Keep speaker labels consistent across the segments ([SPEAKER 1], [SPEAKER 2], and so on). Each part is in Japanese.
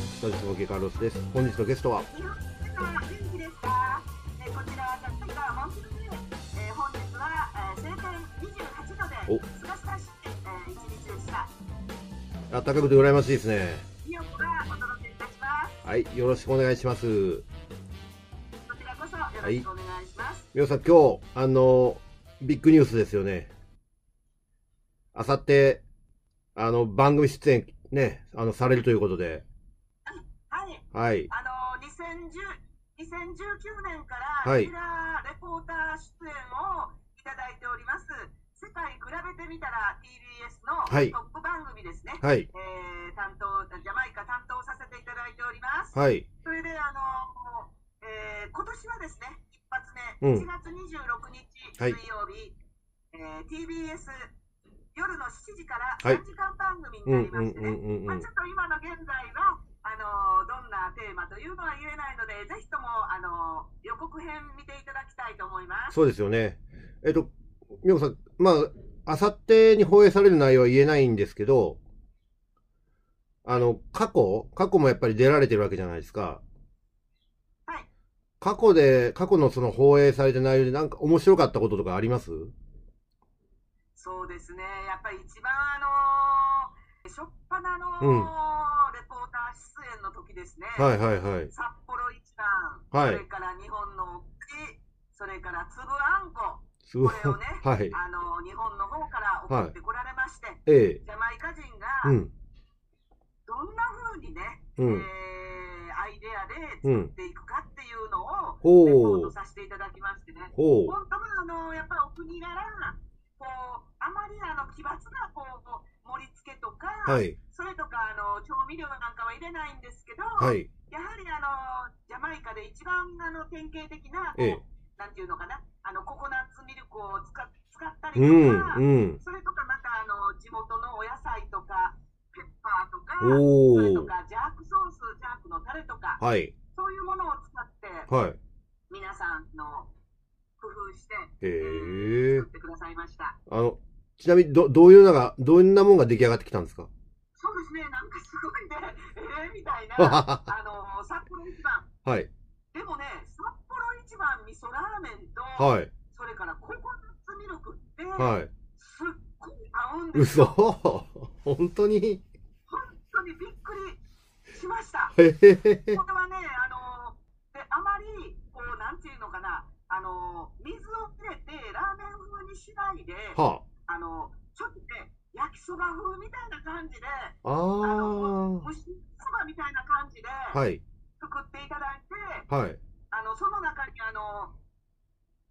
[SPEAKER 1] ジカルロスです。本日のゲストは、
[SPEAKER 2] 皆さん元気ですか、えーこちら私がモンキーズ、えー本日は、えー、晴天28度
[SPEAKER 1] お
[SPEAKER 2] で過ごしたし、えー、一日でした
[SPEAKER 1] あったかくて羨ましいですね。
[SPEAKER 2] イオンがお届けいたします
[SPEAKER 1] はい、よろしくお願いします。
[SPEAKER 2] こちらこそよろしくお願いします、
[SPEAKER 1] 皆さん、今日、あの、ビッグニュースですよね。あさって、あの、番組出演、ね、あの、されるということで、
[SPEAKER 2] はい、
[SPEAKER 1] はい、
[SPEAKER 2] あのー、2010 2019年から
[SPEAKER 1] はい
[SPEAKER 2] レギュラーレポーター出演をいただいております、世界比べてみたら TBS の
[SPEAKER 1] はい
[SPEAKER 2] トップ番組ですね、
[SPEAKER 1] はい、
[SPEAKER 2] えー担当ジャマイカ担当させていただいております
[SPEAKER 1] はい、
[SPEAKER 2] それで、あのえー今年はですね、一発目、
[SPEAKER 1] うん
[SPEAKER 2] 1月26日
[SPEAKER 1] は
[SPEAKER 2] 水
[SPEAKER 1] い
[SPEAKER 2] 曜日、えー TBS 夜の7時から
[SPEAKER 1] はい
[SPEAKER 2] 3時間番組に
[SPEAKER 1] う、うん、うん、うん、う
[SPEAKER 2] なんりましてね、まあ、
[SPEAKER 1] ん
[SPEAKER 2] ちょ。っと今の現在は、あのどんなテーマというのは言えないので、ぜひとも、あの予告編見ていただきたいと思います。
[SPEAKER 1] そうですよね。えっと、みこさん、まあ、あさってに放映される内容は言えないんですけど、あの、過去、過去もやっぱり出られてるわけじゃないですか。
[SPEAKER 2] はい。
[SPEAKER 1] 過去で、過去のその放映された内容でなんか面白かったこととかあります
[SPEAKER 2] そうですね、やっぱり一番、あの初っ端の、
[SPEAKER 1] うん
[SPEAKER 2] レポーター出演の時ですね。
[SPEAKER 1] はいはいはい。
[SPEAKER 2] 札幌一番、
[SPEAKER 1] はい
[SPEAKER 2] それから日本の木、それから粒あんこ、
[SPEAKER 1] すごい。
[SPEAKER 2] これをね
[SPEAKER 1] はい。
[SPEAKER 2] あの日本の方から送ってこられまして、
[SPEAKER 1] ええ。
[SPEAKER 2] ジャマイカ人
[SPEAKER 1] う
[SPEAKER 2] が
[SPEAKER 1] ん。
[SPEAKER 2] どんな風にね、
[SPEAKER 1] うん。
[SPEAKER 2] えーアイデアで
[SPEAKER 1] う
[SPEAKER 2] 作
[SPEAKER 1] ん
[SPEAKER 2] っ。ていくかっていうのをレポー
[SPEAKER 1] ほ
[SPEAKER 2] ト
[SPEAKER 1] う。
[SPEAKER 2] させていただきましてね、
[SPEAKER 1] ほ
[SPEAKER 2] 本当はあのやっぱりお国柄、こうあまりあの奇抜なこう盛り付けとか、
[SPEAKER 1] う。はい。
[SPEAKER 2] それとかあの調味料なんかは入れないんですけど、
[SPEAKER 1] はい。
[SPEAKER 2] やはりあのジャマイカで一番あの典型的なこう、
[SPEAKER 1] ええ
[SPEAKER 2] なんていうのかなあのココナッツミルクを使っ使ったりと
[SPEAKER 1] う
[SPEAKER 2] か、
[SPEAKER 1] ん。うん。
[SPEAKER 2] それとかまたあの地元のお野菜とかペッパーとかそれ
[SPEAKER 1] お
[SPEAKER 2] と
[SPEAKER 1] お。
[SPEAKER 2] かジャークソースジャークのタレとか
[SPEAKER 1] はい。
[SPEAKER 2] そういうものを使って
[SPEAKER 1] はい。
[SPEAKER 2] 皆さんの工夫して
[SPEAKER 1] へえ
[SPEAKER 2] 作っ。てくださいました。
[SPEAKER 1] あの、ちなみにど、どういうのが、どんなもんが出来上がってきたんです か
[SPEAKER 2] そうですね、なんかすごいね、えー、みた いな、あ
[SPEAKER 1] は
[SPEAKER 2] の札幌一番、
[SPEAKER 1] い。
[SPEAKER 2] でもね、札幌一番味噌ラーメンと、
[SPEAKER 1] はい。
[SPEAKER 2] それからココナッツミルクって、
[SPEAKER 1] はい。
[SPEAKER 2] すっごい合うんです
[SPEAKER 1] 嘘
[SPEAKER 2] よ。
[SPEAKER 1] 本当に
[SPEAKER 2] 本当にびっくりしました。
[SPEAKER 1] へへへへ
[SPEAKER 2] これはね、あのであまりこうなんていうのかな、あの水を入れてラーメン風にしないで、
[SPEAKER 1] は
[SPEAKER 2] あのちょっとね焼きそば風みたいな感じで、
[SPEAKER 1] あ。あ
[SPEAKER 2] 蒸しそばみたいな感じで
[SPEAKER 1] あ。はい。
[SPEAKER 2] 作っていただいて、
[SPEAKER 1] はい。
[SPEAKER 2] あのその中にあの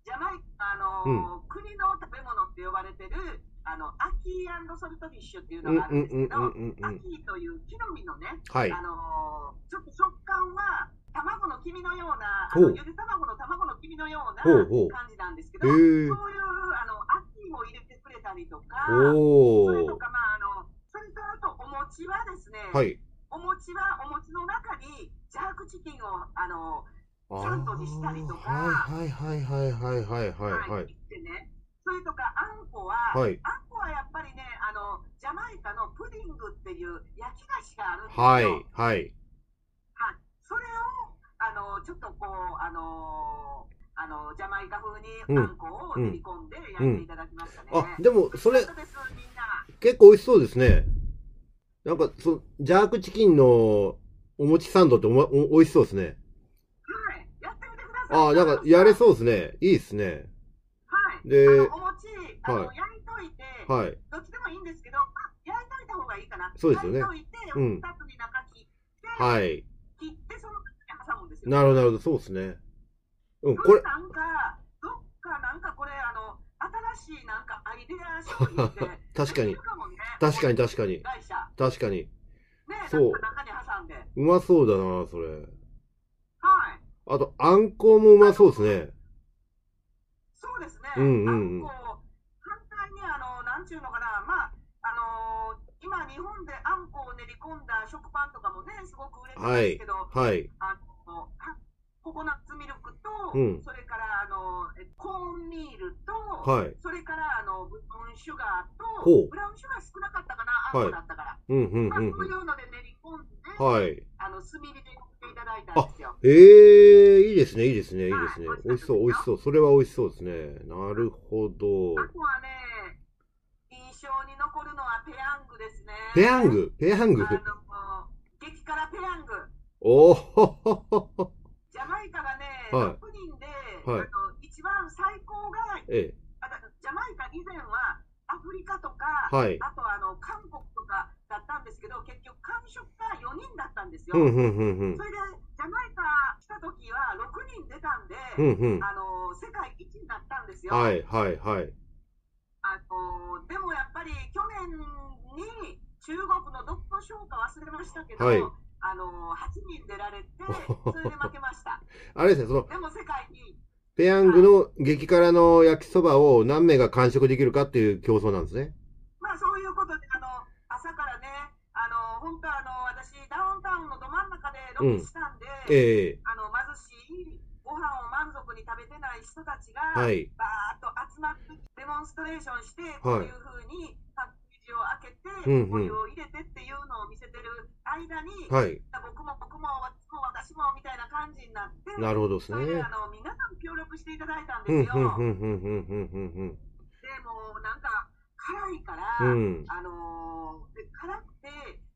[SPEAKER 2] ジャマイカあの、国の食べ物って呼ばれてるあのアキーソルトフィッシュっていう
[SPEAKER 1] うん
[SPEAKER 2] のがあ
[SPEAKER 1] う
[SPEAKER 2] るん
[SPEAKER 1] ん
[SPEAKER 2] です
[SPEAKER 1] うんうんうんう
[SPEAKER 2] けど、ア
[SPEAKER 1] ん。
[SPEAKER 2] キーという木の実のね
[SPEAKER 1] はい
[SPEAKER 2] あ。のーちょっと食感は卵の黄身のような、あ
[SPEAKER 1] ほう
[SPEAKER 2] のゆで卵の卵の黄身のような
[SPEAKER 1] ほうほう
[SPEAKER 2] 感じなんですけ
[SPEAKER 1] へ
[SPEAKER 2] ど、そうい
[SPEAKER 1] え。
[SPEAKER 2] うあの秋も入れてくれたりとか、それ
[SPEAKER 1] おお。
[SPEAKER 2] とかまああのそれとあとお餅はですね、
[SPEAKER 1] はい。
[SPEAKER 2] お餅はお餅の中にジャークチキンをあの
[SPEAKER 1] ああ。
[SPEAKER 2] サンドにしたりとか
[SPEAKER 1] はいはいはいはいはいはいはい。
[SPEAKER 2] 入ってね、それとかあんこは、
[SPEAKER 1] はい。
[SPEAKER 2] あんこはやっぱりねあのジャマイカのプディングっていう焼き菓子があるんですよ。
[SPEAKER 1] はい。はい。
[SPEAKER 2] はい、それをあのちょっとこうあのあのジャマイカ風に
[SPEAKER 1] うん
[SPEAKER 2] あんこを練り込んで焼いていただきましたね。
[SPEAKER 1] あ、でも、そ
[SPEAKER 2] それ
[SPEAKER 1] れ
[SPEAKER 2] です、みんな。
[SPEAKER 1] 結構美味しそうですね。なんか、そ、ジャークチキンのお餅サンドっておも、お、美味しそうですね。
[SPEAKER 2] はい、やってみてください。
[SPEAKER 1] ああ、なんか、やれ
[SPEAKER 2] う。
[SPEAKER 1] そうですね。いいですね。
[SPEAKER 2] はい。
[SPEAKER 1] で
[SPEAKER 2] あのお餅あの、
[SPEAKER 1] は
[SPEAKER 2] 焼いといて、
[SPEAKER 1] はい。
[SPEAKER 2] どっちでもいいんですけど、まあ、焼いといた方がいいかな。
[SPEAKER 1] そうですよね
[SPEAKER 2] 焼いといて、
[SPEAKER 1] う
[SPEAKER 2] 二
[SPEAKER 1] ん
[SPEAKER 2] つに中切って、
[SPEAKER 1] はい。
[SPEAKER 2] 切ってその中に挟むんですよ。
[SPEAKER 1] なるほど、なるほど、そうですね。うん、こ
[SPEAKER 2] こ
[SPEAKER 1] れ
[SPEAKER 2] れ、なんかどっかなんかこれあの新しいなんかアイデア商品って
[SPEAKER 1] 確かに
[SPEAKER 2] できるもね
[SPEAKER 1] 確かに確かに
[SPEAKER 2] 会社。
[SPEAKER 1] 確かに、
[SPEAKER 2] ね、
[SPEAKER 1] そう
[SPEAKER 2] なんか中に挟んで。は
[SPEAKER 1] うまそうだな、それ。
[SPEAKER 2] い。
[SPEAKER 1] あと、あんこうもうまそうですね。
[SPEAKER 2] そうですね。
[SPEAKER 1] うんうんうん
[SPEAKER 2] あこ反対に、あの、なんちゅうのかな、まあ、あのー今日本であんこを練り込んだ食パンとかもね、すごく売れてますけど、
[SPEAKER 1] はい。
[SPEAKER 2] あの、はココナッツミルクと、
[SPEAKER 1] うん
[SPEAKER 2] それから、あの、えコーンミールと、
[SPEAKER 1] はい。
[SPEAKER 2] それから、あの、ブラウンシュガーと、
[SPEAKER 1] ほう
[SPEAKER 2] ブラウンシュガー少なかったかな、あ
[SPEAKER 1] はい
[SPEAKER 2] んこだったから。
[SPEAKER 1] うん、うん、
[SPEAKER 2] まあ、
[SPEAKER 1] うん
[SPEAKER 2] そういうので練り込んで、
[SPEAKER 1] うん。はい。
[SPEAKER 2] あの、炭火で焼描いたんですよ。
[SPEAKER 1] ええいいですね、いいですね、いいで
[SPEAKER 2] はい
[SPEAKER 1] すね
[SPEAKER 2] 美味しかっ。
[SPEAKER 1] 美
[SPEAKER 2] た
[SPEAKER 1] 味しそう、美味しそう。それは美味しそうですね。なるほど。
[SPEAKER 2] あとはね、印象に残るのはペヤングですね。
[SPEAKER 1] ペヤング、ペヤン
[SPEAKER 2] あ
[SPEAKER 1] グ。
[SPEAKER 2] の激辛ペヤング。
[SPEAKER 1] おおほほほほ。
[SPEAKER 2] ジャマイカがね、
[SPEAKER 1] はい
[SPEAKER 2] 6人で、
[SPEAKER 1] はい
[SPEAKER 2] あの一番最高が、
[SPEAKER 1] ええ、
[SPEAKER 2] あだジャマイカ以前はアフリカとか、
[SPEAKER 1] はい。
[SPEAKER 2] あとあの韓国とかだったんですけど、結局、完食が4人だったんですよ。
[SPEAKER 1] うん、うん、うん、うん
[SPEAKER 2] そ。れで、ジャマイカ来た時は6人出たんで、
[SPEAKER 1] うん、うん。
[SPEAKER 2] あの世界一になったんですよ。
[SPEAKER 1] はい、はい、はい。
[SPEAKER 2] あのでもやっぱり去年に中国のどこの賞か忘れましたけど、
[SPEAKER 1] はい
[SPEAKER 2] あの8人出ら れて、それで負けました。
[SPEAKER 1] あれですね、その、
[SPEAKER 2] でも世界に、
[SPEAKER 1] ペヤングの激辛の焼きそばを何名が完食できるかっていう競争なんですね。
[SPEAKER 2] まあそういうことで、あの朝からね、あの本当あの、私、ダウンタウンのど真ん中でロケしたんで、
[SPEAKER 1] ええ、
[SPEAKER 2] あの貧しいご飯を満足に食べてない人たちが、
[SPEAKER 1] はい。
[SPEAKER 2] バーッと集まってデモンストレーションして、こういうふうにパッケージを開け
[SPEAKER 1] う
[SPEAKER 2] て、
[SPEAKER 1] んうん
[SPEAKER 2] お湯を入れてっていうのを見せてる間に、
[SPEAKER 1] はい。
[SPEAKER 2] 僕も僕も私も私もみたいな感じになって、
[SPEAKER 1] なるほどです
[SPEAKER 2] それで
[SPEAKER 1] ね
[SPEAKER 2] あ。の皆さん協力していただいたんで
[SPEAKER 1] うん、うん、
[SPEAKER 2] すよ。
[SPEAKER 1] うん、うん、うん、うん、うん
[SPEAKER 2] でもうなんか辛いから、
[SPEAKER 1] うん。うん。
[SPEAKER 2] あのーで辛くて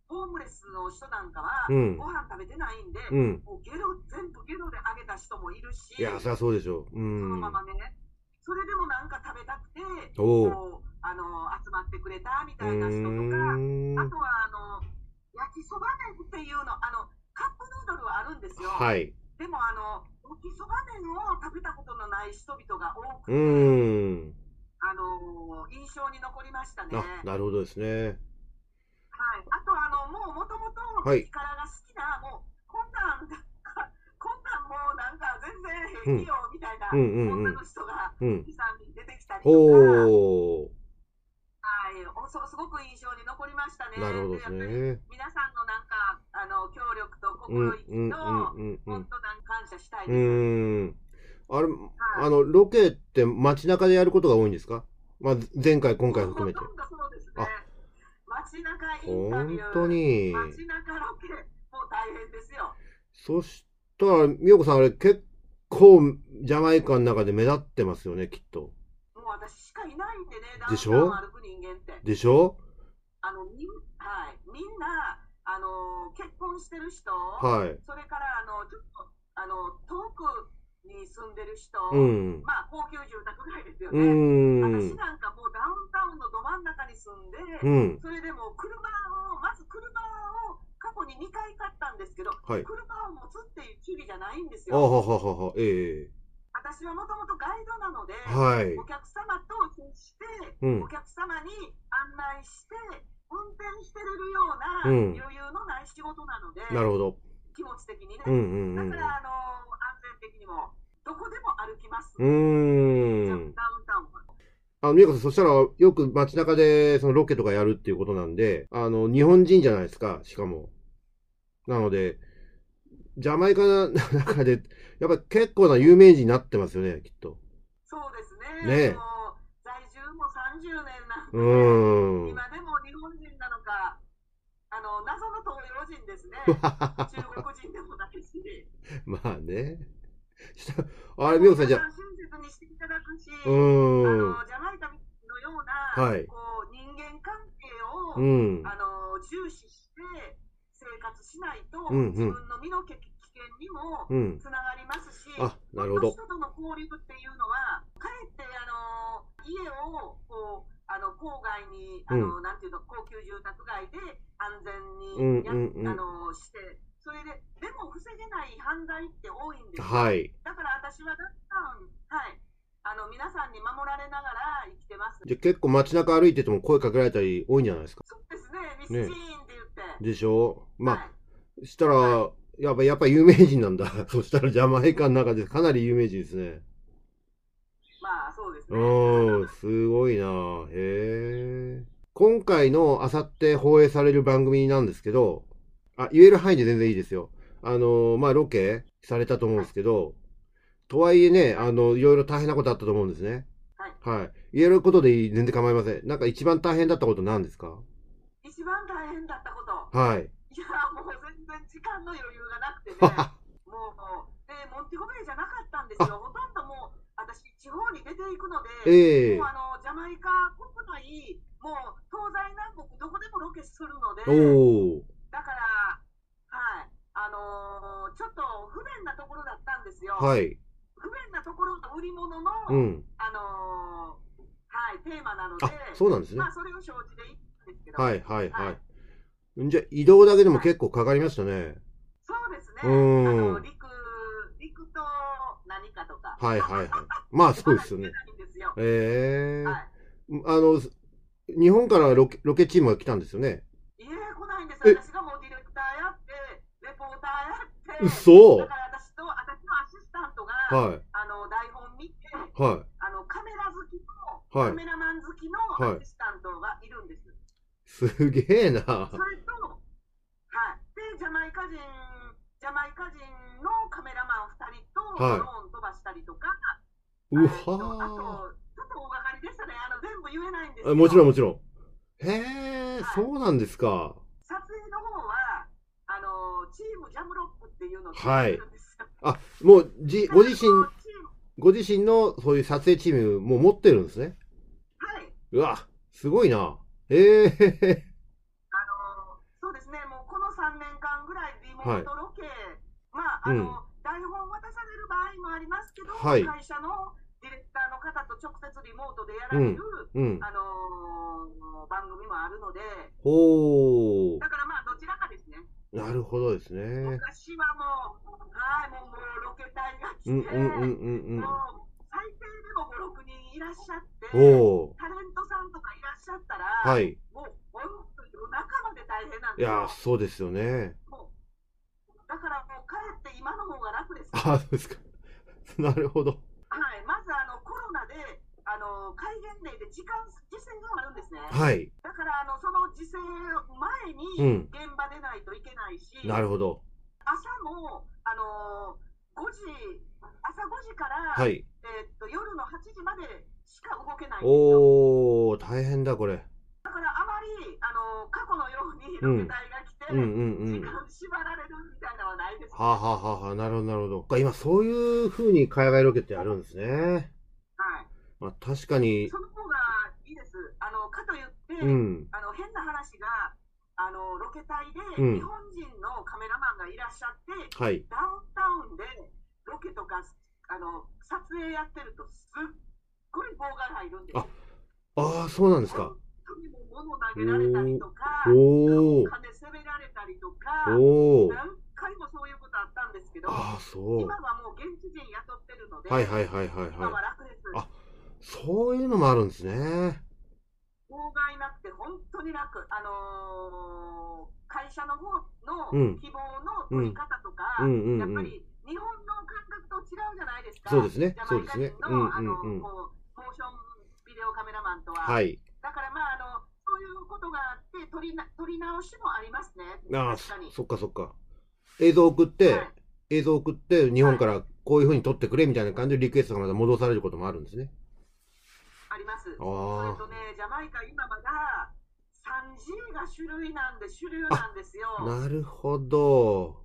[SPEAKER 2] ホームレスの人なんかは、
[SPEAKER 1] うん
[SPEAKER 2] ご飯食べてないんで、
[SPEAKER 1] うん。
[SPEAKER 2] もうゲロ全部ゲロであげた人もいるし、
[SPEAKER 1] いや、そりゃそうでしょう。う
[SPEAKER 2] その
[SPEAKER 1] ん
[SPEAKER 2] ま。まね、それでもなんか食べたくて、
[SPEAKER 1] おお。
[SPEAKER 2] こうあのー集まってくれたみ
[SPEAKER 1] う
[SPEAKER 2] たいな人とか、
[SPEAKER 1] ー
[SPEAKER 2] あ
[SPEAKER 1] ん。
[SPEAKER 2] とはあの焼きそば麺っていうの、あのカップヌードルはあるんですよ。
[SPEAKER 1] はい。
[SPEAKER 2] でもあの焼きそば麺を食べたことのない人々が多く
[SPEAKER 1] う
[SPEAKER 2] て、
[SPEAKER 1] ーん。
[SPEAKER 2] あのー印象に残りましたね。
[SPEAKER 1] あ、なるほどですね。
[SPEAKER 2] はい、あとあのもうもともと
[SPEAKER 1] はい
[SPEAKER 2] 激辛が好きな、もうこんなんなんかこんなんもうなんか全然平気よみたいな、
[SPEAKER 1] うんうんうん
[SPEAKER 2] 女の人が
[SPEAKER 1] うん。
[SPEAKER 2] 2、3人出てきたりとか、
[SPEAKER 1] おお。
[SPEAKER 2] はい、おそすごく印象に残りましたね。
[SPEAKER 1] なるほどです
[SPEAKER 2] でやっぱり
[SPEAKER 1] ね。
[SPEAKER 2] 皆さんのなんかあの協力と
[SPEAKER 1] うん
[SPEAKER 2] 心意
[SPEAKER 1] うん
[SPEAKER 2] 気
[SPEAKER 1] う
[SPEAKER 2] と、
[SPEAKER 1] んうんう
[SPEAKER 2] 本
[SPEAKER 1] ん。
[SPEAKER 2] 当なんか感謝したいうです。
[SPEAKER 1] ーん。あれ、
[SPEAKER 2] はい
[SPEAKER 1] あの、ロケって街中でやることが多いんですかまあ、前回、今回含めて
[SPEAKER 2] ほ。とんどそうです
[SPEAKER 1] あ
[SPEAKER 2] ね。街中インタ
[SPEAKER 1] 本
[SPEAKER 2] ビュー。
[SPEAKER 1] 当に。
[SPEAKER 2] 街中ロケ、もう大変ですよ。
[SPEAKER 1] そしたら、美代子さん、あれ、結構、ジャマイカの中で目立ってますよね、きっと。
[SPEAKER 2] もう私しかいないんでね、ダウン
[SPEAKER 1] でし
[SPEAKER 2] タウ
[SPEAKER 1] ょ
[SPEAKER 2] ン歩く人間って。
[SPEAKER 1] でしょ
[SPEAKER 2] あのみんはい、みんな、あの結婚してる人、
[SPEAKER 1] はい。
[SPEAKER 2] それからあのちょっとあの遠くに住んでる人、
[SPEAKER 1] うん。
[SPEAKER 2] まあ高級住宅街ですよ
[SPEAKER 1] う
[SPEAKER 2] ね。
[SPEAKER 1] ー
[SPEAKER 2] 私
[SPEAKER 1] ん。
[SPEAKER 2] なんかもうダウンタウンのど真ん中に住んで、
[SPEAKER 1] うん。
[SPEAKER 2] それでもう車を、まず車を過去に2回買ったんですけど、
[SPEAKER 1] はい。
[SPEAKER 2] 車を持つっていう地理じゃないんです
[SPEAKER 1] あは
[SPEAKER 2] よ。
[SPEAKER 1] ははは。ええ。
[SPEAKER 2] 私はもともとガイドなので、
[SPEAKER 1] はい。
[SPEAKER 2] お客様と接して、
[SPEAKER 1] うん
[SPEAKER 2] お客様に案内して、運転してれるような
[SPEAKER 1] うん
[SPEAKER 2] 余裕のない仕事なので、
[SPEAKER 1] なるほど。
[SPEAKER 2] 気持ち的にね。
[SPEAKER 1] うんうんうん。
[SPEAKER 2] だから、あの安全的にも、どこでも歩きます。
[SPEAKER 1] うー
[SPEAKER 2] ダウ
[SPEAKER 1] ん
[SPEAKER 2] ン。タウンは。
[SPEAKER 1] あの、美恵子さん、そしたら、よく街中で、そのロケとかやるっていうことなんで、あの、日本人じゃないですか、しかも。なので、ジャマイカの 中で、やっぱり結構な有名人になってますよね、きっと。
[SPEAKER 2] そうです
[SPEAKER 1] ねえ
[SPEAKER 2] ね。もう在住も30年なんで、
[SPEAKER 1] うーん。
[SPEAKER 2] 今でも日本人なのか、あの謎の東洋人です ね。中国人でもないし。
[SPEAKER 1] まあね。したあれ、美恵子さん、じゃあ
[SPEAKER 2] 皆、さん親切にしていただくし、
[SPEAKER 1] う
[SPEAKER 2] あ
[SPEAKER 1] ーん。
[SPEAKER 2] のジャマイカのような、
[SPEAKER 1] はい
[SPEAKER 2] こう人間関係を、
[SPEAKER 1] うん。
[SPEAKER 2] あの重視して生活しないと、
[SPEAKER 1] うんうん
[SPEAKER 2] 自分の身の危険にも
[SPEAKER 1] うん。
[SPEAKER 2] つながりますし、
[SPEAKER 1] あ、なるほど。
[SPEAKER 2] 人との交流っていうのは、かえってあの家をこうあの郊外にあの、なんていうの高級住宅街で安全にや、
[SPEAKER 1] うんうんうん
[SPEAKER 2] あのして、それででも防げない犯罪って多いんですよ。
[SPEAKER 1] はい。
[SPEAKER 2] だから私はだったんはいあの皆さんに守られながら生きてます。
[SPEAKER 1] じゃあ結構街中歩いてても声かけられたり多いんじゃないですか。
[SPEAKER 2] そうですね、ミスジーンって言って。
[SPEAKER 1] でしょまあ、
[SPEAKER 2] はい
[SPEAKER 1] したら、やっぱ、やっぱ有名人なんだ。 そしたらジャマイカの中でかなり有名人ですね。
[SPEAKER 2] まあそうですね。
[SPEAKER 1] うん、すごいなへえ。今回のあさって放映される番組なんですけど、あ、言える範囲で全然いいですよ。あの、まあ、ロケされたと思うんですけど、とはいえね、あの、いろいろ大変なことあったと思うんですね。はい。言えることでいい全然構いません。なんか一番大変だったことなんですか
[SPEAKER 2] 一番大変だったこと。
[SPEAKER 1] はい。
[SPEAKER 2] いや、もう全然時間の余裕がなくてね。
[SPEAKER 1] はは ええ
[SPEAKER 2] もうあのジャマイカ国内、もう東西南北、どこでもロケするので、
[SPEAKER 1] おお
[SPEAKER 2] だから、はい、あのーちょっと不便なところだったんですよ。
[SPEAKER 1] はい。
[SPEAKER 2] 不便なところが売り物の、
[SPEAKER 1] うん。
[SPEAKER 2] あのーはい、テーマなので、
[SPEAKER 1] あ、そうなんですね
[SPEAKER 2] ま。あ、それを承知で言ったんですけど、
[SPEAKER 1] はいはいはい。んじゃ、移動だけでも結構かかりましたね。
[SPEAKER 2] そうですね、あ
[SPEAKER 1] うん
[SPEAKER 2] の陸、陸と何かとか、
[SPEAKER 1] はいはいはい。まあそうですよね
[SPEAKER 2] ま。だ行ってないんですよ。
[SPEAKER 1] ええ
[SPEAKER 2] は
[SPEAKER 1] あの、す日本からロケロケチームが来たんですよね。
[SPEAKER 2] い、いえ、来ないんです
[SPEAKER 1] え
[SPEAKER 2] 私がもうディレクターやって、レポーターやって、
[SPEAKER 1] 嘘
[SPEAKER 2] だから私と私のアシスタントが、
[SPEAKER 1] は
[SPEAKER 2] あの台本見て
[SPEAKER 1] い。は
[SPEAKER 2] あの、カメラ好きの、
[SPEAKER 1] はい
[SPEAKER 2] カメラマン好きの
[SPEAKER 1] はい
[SPEAKER 2] アシスタントがいるんです。
[SPEAKER 1] い。すげえな
[SPEAKER 2] そ。れと、はい、でジャマイカ人、ジャマイカ人のカメラマン2人と、
[SPEAKER 1] はい
[SPEAKER 2] ドローン飛ばしたりとか、
[SPEAKER 1] う
[SPEAKER 2] えっとあ
[SPEAKER 1] わ
[SPEAKER 2] と、ちょっと大掛かりでしたね、あの全部言えないんです
[SPEAKER 1] ーあもちろん
[SPEAKER 2] ん
[SPEAKER 1] もちろん。へえ、そうなんですか。
[SPEAKER 2] 撮影の方はあの、チームジャムロックっていうのを
[SPEAKER 1] はい
[SPEAKER 2] 作ってるんですよ
[SPEAKER 1] もう、じ、ご自身、
[SPEAKER 2] チーム
[SPEAKER 1] ご自身のそういう撮影チームも持ってるんですね。
[SPEAKER 2] はい、
[SPEAKER 1] うわ、すごいな。へえ、
[SPEAKER 2] あのそうですね、もうこの3年間ぐらいリモートロケ、まああの台本渡される場合もありますけど、
[SPEAKER 1] はい
[SPEAKER 2] 会社のディレクターの方と直接リモートでやられる、
[SPEAKER 1] うん。
[SPEAKER 2] あのー番組もあるので、
[SPEAKER 1] ほう
[SPEAKER 2] だ。からまあ、どちらかですね、
[SPEAKER 1] なるほどですね。
[SPEAKER 2] 昔はもう、はい、もうもうロケ隊が来て、
[SPEAKER 1] うんうんうんうんうん。
[SPEAKER 2] もう最低でも5、6人いらっしゃって、
[SPEAKER 1] おー。
[SPEAKER 2] タレントさんとかいらっしゃったら、
[SPEAKER 1] はい。
[SPEAKER 2] もう本当に夜中まで大変なん
[SPEAKER 1] い
[SPEAKER 2] ですよ
[SPEAKER 1] やー、そうですよね。
[SPEAKER 2] もうだからもう帰って今の方が楽です。は
[SPEAKER 1] ああ、そうですか。 なるほど。
[SPEAKER 2] い、まずあのコロナであの戒厳令で時間時制があるんですね。
[SPEAKER 1] はい。
[SPEAKER 2] だからあのその時制前
[SPEAKER 1] う
[SPEAKER 2] に
[SPEAKER 1] ん。
[SPEAKER 2] 現場出ないといけないし、
[SPEAKER 1] なるほど。
[SPEAKER 2] 朝もあの5時朝5時から、
[SPEAKER 1] はい。
[SPEAKER 2] えーっと夜の8時までしか動けないんですよ。
[SPEAKER 1] おー、大変だ、これ。
[SPEAKER 2] だからあまりあの過去のように
[SPEAKER 1] うん
[SPEAKER 2] ロケ隊が来て、
[SPEAKER 1] うんうんうん。
[SPEAKER 2] 時間縛られるみたいなのはないです、ね。
[SPEAKER 1] はあ、はあはあはあ、なるほど、なるほど。そっか今、そういう風に海外ロケってやるんですね。
[SPEAKER 2] はい。
[SPEAKER 1] まあ、確かに、
[SPEAKER 2] その方がいいです。あのかといって、
[SPEAKER 1] うん。
[SPEAKER 2] あの変な話があのロケ隊で
[SPEAKER 1] うん
[SPEAKER 2] 日本人のカメラマンがいらっしゃって、
[SPEAKER 1] はい。
[SPEAKER 2] ダウンタウンでロケとかあの撮影やってるとすっごい棒が入るんですよ。
[SPEAKER 1] ああ、そうなんですか
[SPEAKER 2] 本。当にもう物投げられたりとか、
[SPEAKER 1] おー。
[SPEAKER 2] 金責められたりとか、
[SPEAKER 1] おー。
[SPEAKER 2] 何回もそういうことあったんですけど、
[SPEAKER 1] ああ、そう
[SPEAKER 2] 今。はもう現地人雇ってるので、
[SPEAKER 1] はいはいはいはい
[SPEAKER 2] 今は
[SPEAKER 1] はい。
[SPEAKER 2] 楽です。
[SPEAKER 1] あそういうのもあるんですね。
[SPEAKER 2] 妨害なくて本当に楽、あのー会社の方の
[SPEAKER 1] うん
[SPEAKER 2] 希望の取り方とか、
[SPEAKER 1] うんうん
[SPEAKER 2] やっ
[SPEAKER 1] う
[SPEAKER 2] ぱ
[SPEAKER 1] ん。
[SPEAKER 2] り日本の感覚と違うじゃないですか、
[SPEAKER 1] そうですね
[SPEAKER 2] ジャ
[SPEAKER 1] そ
[SPEAKER 2] マ
[SPEAKER 1] う
[SPEAKER 2] イ
[SPEAKER 1] で
[SPEAKER 2] カ
[SPEAKER 1] すね
[SPEAKER 2] 人のあ
[SPEAKER 1] うんうん
[SPEAKER 2] の
[SPEAKER 1] うん
[SPEAKER 2] こうモーションビデオカメラマンとは、
[SPEAKER 1] はい。
[SPEAKER 2] だからまああの、そういうことがあって撮りな、撮り直しもありますね、
[SPEAKER 1] ああ、
[SPEAKER 2] 確かに。
[SPEAKER 1] そっかそっか。映像送って、
[SPEAKER 2] はい
[SPEAKER 1] 映像送って、日本からこういう風に撮ってくれみたいな感じでリクエストがまた戻されることもあるんですね。
[SPEAKER 2] あります。それ
[SPEAKER 1] あ
[SPEAKER 2] とね、ジャマイカ、今まだ 3G が主類なんで、主流なんですよ、
[SPEAKER 1] あ、
[SPEAKER 2] すっ
[SPEAKER 1] なるほど。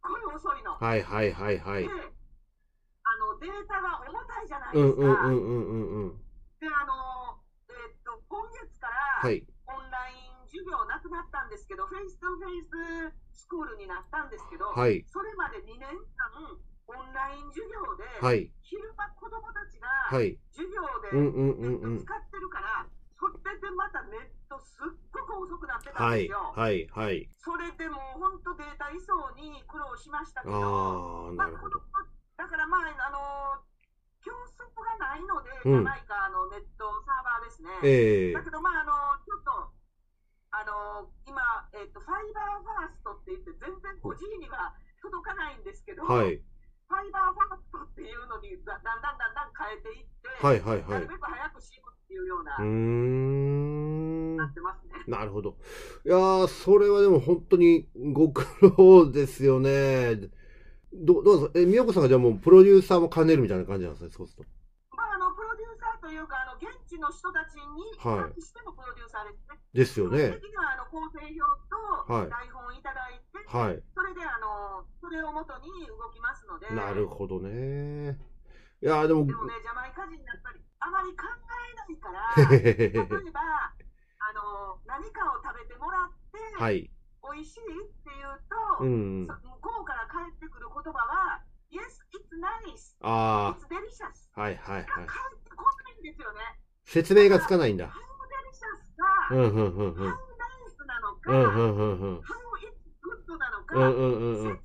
[SPEAKER 2] ごい遅いの。
[SPEAKER 1] はいはいはいはい
[SPEAKER 2] で。あのデータが重たいじゃないで
[SPEAKER 1] う
[SPEAKER 2] す
[SPEAKER 1] ん
[SPEAKER 2] か。
[SPEAKER 1] うんうんうんうんうん。
[SPEAKER 2] で、あの、えっと、今月からオ
[SPEAKER 1] はい。
[SPEAKER 2] ンライン授業なくなったんですけど、フェイストフェイススクールになったんですけど、
[SPEAKER 1] はい。
[SPEAKER 2] それまで2年間、オンライン授業で、
[SPEAKER 1] はい。
[SPEAKER 2] 昼間子供たちが
[SPEAKER 1] はい。
[SPEAKER 2] 授業で
[SPEAKER 1] うんうんうんうん。
[SPEAKER 2] ネット使ってるから、それでまたネットすっごく遅くなってたん
[SPEAKER 1] は
[SPEAKER 2] で
[SPEAKER 1] い
[SPEAKER 2] すよ。
[SPEAKER 1] はいはい。
[SPEAKER 2] それでもう本当データ移送に苦労しましたけど、
[SPEAKER 1] ああ、
[SPEAKER 2] ま
[SPEAKER 1] な
[SPEAKER 2] あ、
[SPEAKER 1] るほ
[SPEAKER 2] こ
[SPEAKER 1] ど。
[SPEAKER 2] のだからまあ、あの競争がないので、
[SPEAKER 1] うん
[SPEAKER 2] ジャマイカあのネットサーバーですね。
[SPEAKER 1] ええ
[SPEAKER 2] だけど、まあ、あのちょっと、あの今、えっと、ファイバーファーストって言って、全然 5G には届かないんですけど、
[SPEAKER 1] はい。
[SPEAKER 2] ファイバーファーストっていうのにだだんだんだんだん変えていって、
[SPEAKER 1] はいはいは。
[SPEAKER 2] ないる
[SPEAKER 1] う
[SPEAKER 2] べく早く死ぬっていうような、
[SPEAKER 1] ーん。
[SPEAKER 2] なってますね。
[SPEAKER 1] なるほど。いやー、それはでも本当にご苦労ですよね。どどうなんですかえ、美代子さんがじゃあもうプロデューサーも兼ねるみたいな感じなんですね、そうすると。
[SPEAKER 2] まあ、あのプロデューサーというか、あの現地の人たちに、
[SPEAKER 1] はい
[SPEAKER 2] してもプロデューサーですね。
[SPEAKER 1] ですよね
[SPEAKER 2] 基本。的にはあの構成表
[SPEAKER 1] は
[SPEAKER 2] と
[SPEAKER 1] い
[SPEAKER 2] 台本をいただいて、
[SPEAKER 1] はい。
[SPEAKER 2] それであのそれをもとに動きますので、
[SPEAKER 1] なるほどね。いやーでも、
[SPEAKER 2] でもね、ジャマイカ人やっぱりあまり考えないか
[SPEAKER 1] へ
[SPEAKER 2] ら、
[SPEAKER 1] へ へへ
[SPEAKER 2] 例え
[SPEAKER 1] へ
[SPEAKER 2] ば、あの何かを食べてもらって、
[SPEAKER 1] はい。
[SPEAKER 2] 美味しいって言う
[SPEAKER 1] う
[SPEAKER 2] と、
[SPEAKER 1] ん。
[SPEAKER 2] そ向こうから返ってくる言葉は、Yes, it's nice,
[SPEAKER 1] あ
[SPEAKER 2] it's delicious
[SPEAKER 1] あ、はいはい
[SPEAKER 2] が
[SPEAKER 1] はい。
[SPEAKER 2] 返ってこないんですよね。
[SPEAKER 1] 説明がつかないんだ。
[SPEAKER 2] How delicious
[SPEAKER 1] う
[SPEAKER 2] か、
[SPEAKER 1] んうんうんうん。
[SPEAKER 2] How nice なの
[SPEAKER 1] うんうん
[SPEAKER 2] か、
[SPEAKER 1] うんうん。
[SPEAKER 2] How it's good なの
[SPEAKER 1] うん
[SPEAKER 2] か、
[SPEAKER 1] うんうん
[SPEAKER 2] 説明
[SPEAKER 1] うん。
[SPEAKER 2] をさせる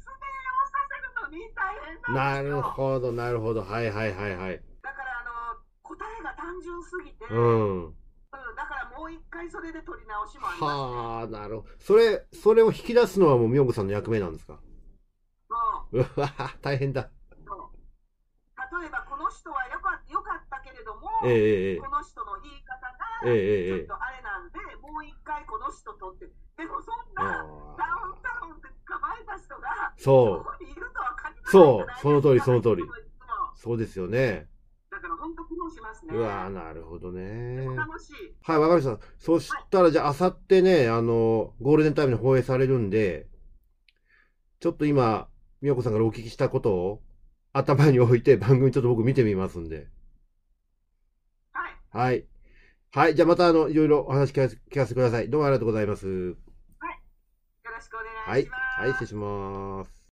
[SPEAKER 2] のに大変な
[SPEAKER 1] なん
[SPEAKER 2] です
[SPEAKER 1] る
[SPEAKER 2] よ。
[SPEAKER 1] ほど、なるほど。はいはいはいはい。
[SPEAKER 2] だからあの答えが単純すぎて、
[SPEAKER 1] う
[SPEAKER 2] うん
[SPEAKER 1] ん。
[SPEAKER 2] だからもう一回それで取り直しもありますね。
[SPEAKER 1] はあ、なるほど。それ、それを引き出すのはもう、みょんこさんの役目なんですか
[SPEAKER 2] そ
[SPEAKER 1] う
[SPEAKER 2] う
[SPEAKER 1] わ、大変だ。
[SPEAKER 2] そう例えばこの人はよかよかったけれども、
[SPEAKER 1] えええ
[SPEAKER 2] この人の言い方が
[SPEAKER 1] ええええ
[SPEAKER 2] ちょ
[SPEAKER 1] え
[SPEAKER 2] っとあれなんで、もう一回この人とって、でもそん
[SPEAKER 1] あ
[SPEAKER 2] なダウンタウンで捕まえた人が、
[SPEAKER 1] ー
[SPEAKER 2] そ
[SPEAKER 1] そう。
[SPEAKER 2] こにいるとは限らない
[SPEAKER 1] そう
[SPEAKER 2] じゃないですか
[SPEAKER 1] その通りその通り
[SPEAKER 2] いつもいつも
[SPEAKER 1] そうですよね。
[SPEAKER 2] だから本当苦労しますね。
[SPEAKER 1] うわ、なるほどね。
[SPEAKER 2] 楽しい。
[SPEAKER 1] はい、わかりました。そしたら、じゃあ、あさってね、あの、ゴールデンタイムに放映されるんで、ちょっと今、みよこさんからお聞きしたことを頭に置いて、番組ちょっと僕見てみますんで。
[SPEAKER 2] はい、
[SPEAKER 1] はい。はい、じゃあまた、あの、いろいろお話聞かせ聞かせてください。どうもありがとうございます。
[SPEAKER 2] よろしくお願
[SPEAKER 1] はいい
[SPEAKER 2] しま、す。
[SPEAKER 1] はい、失礼します。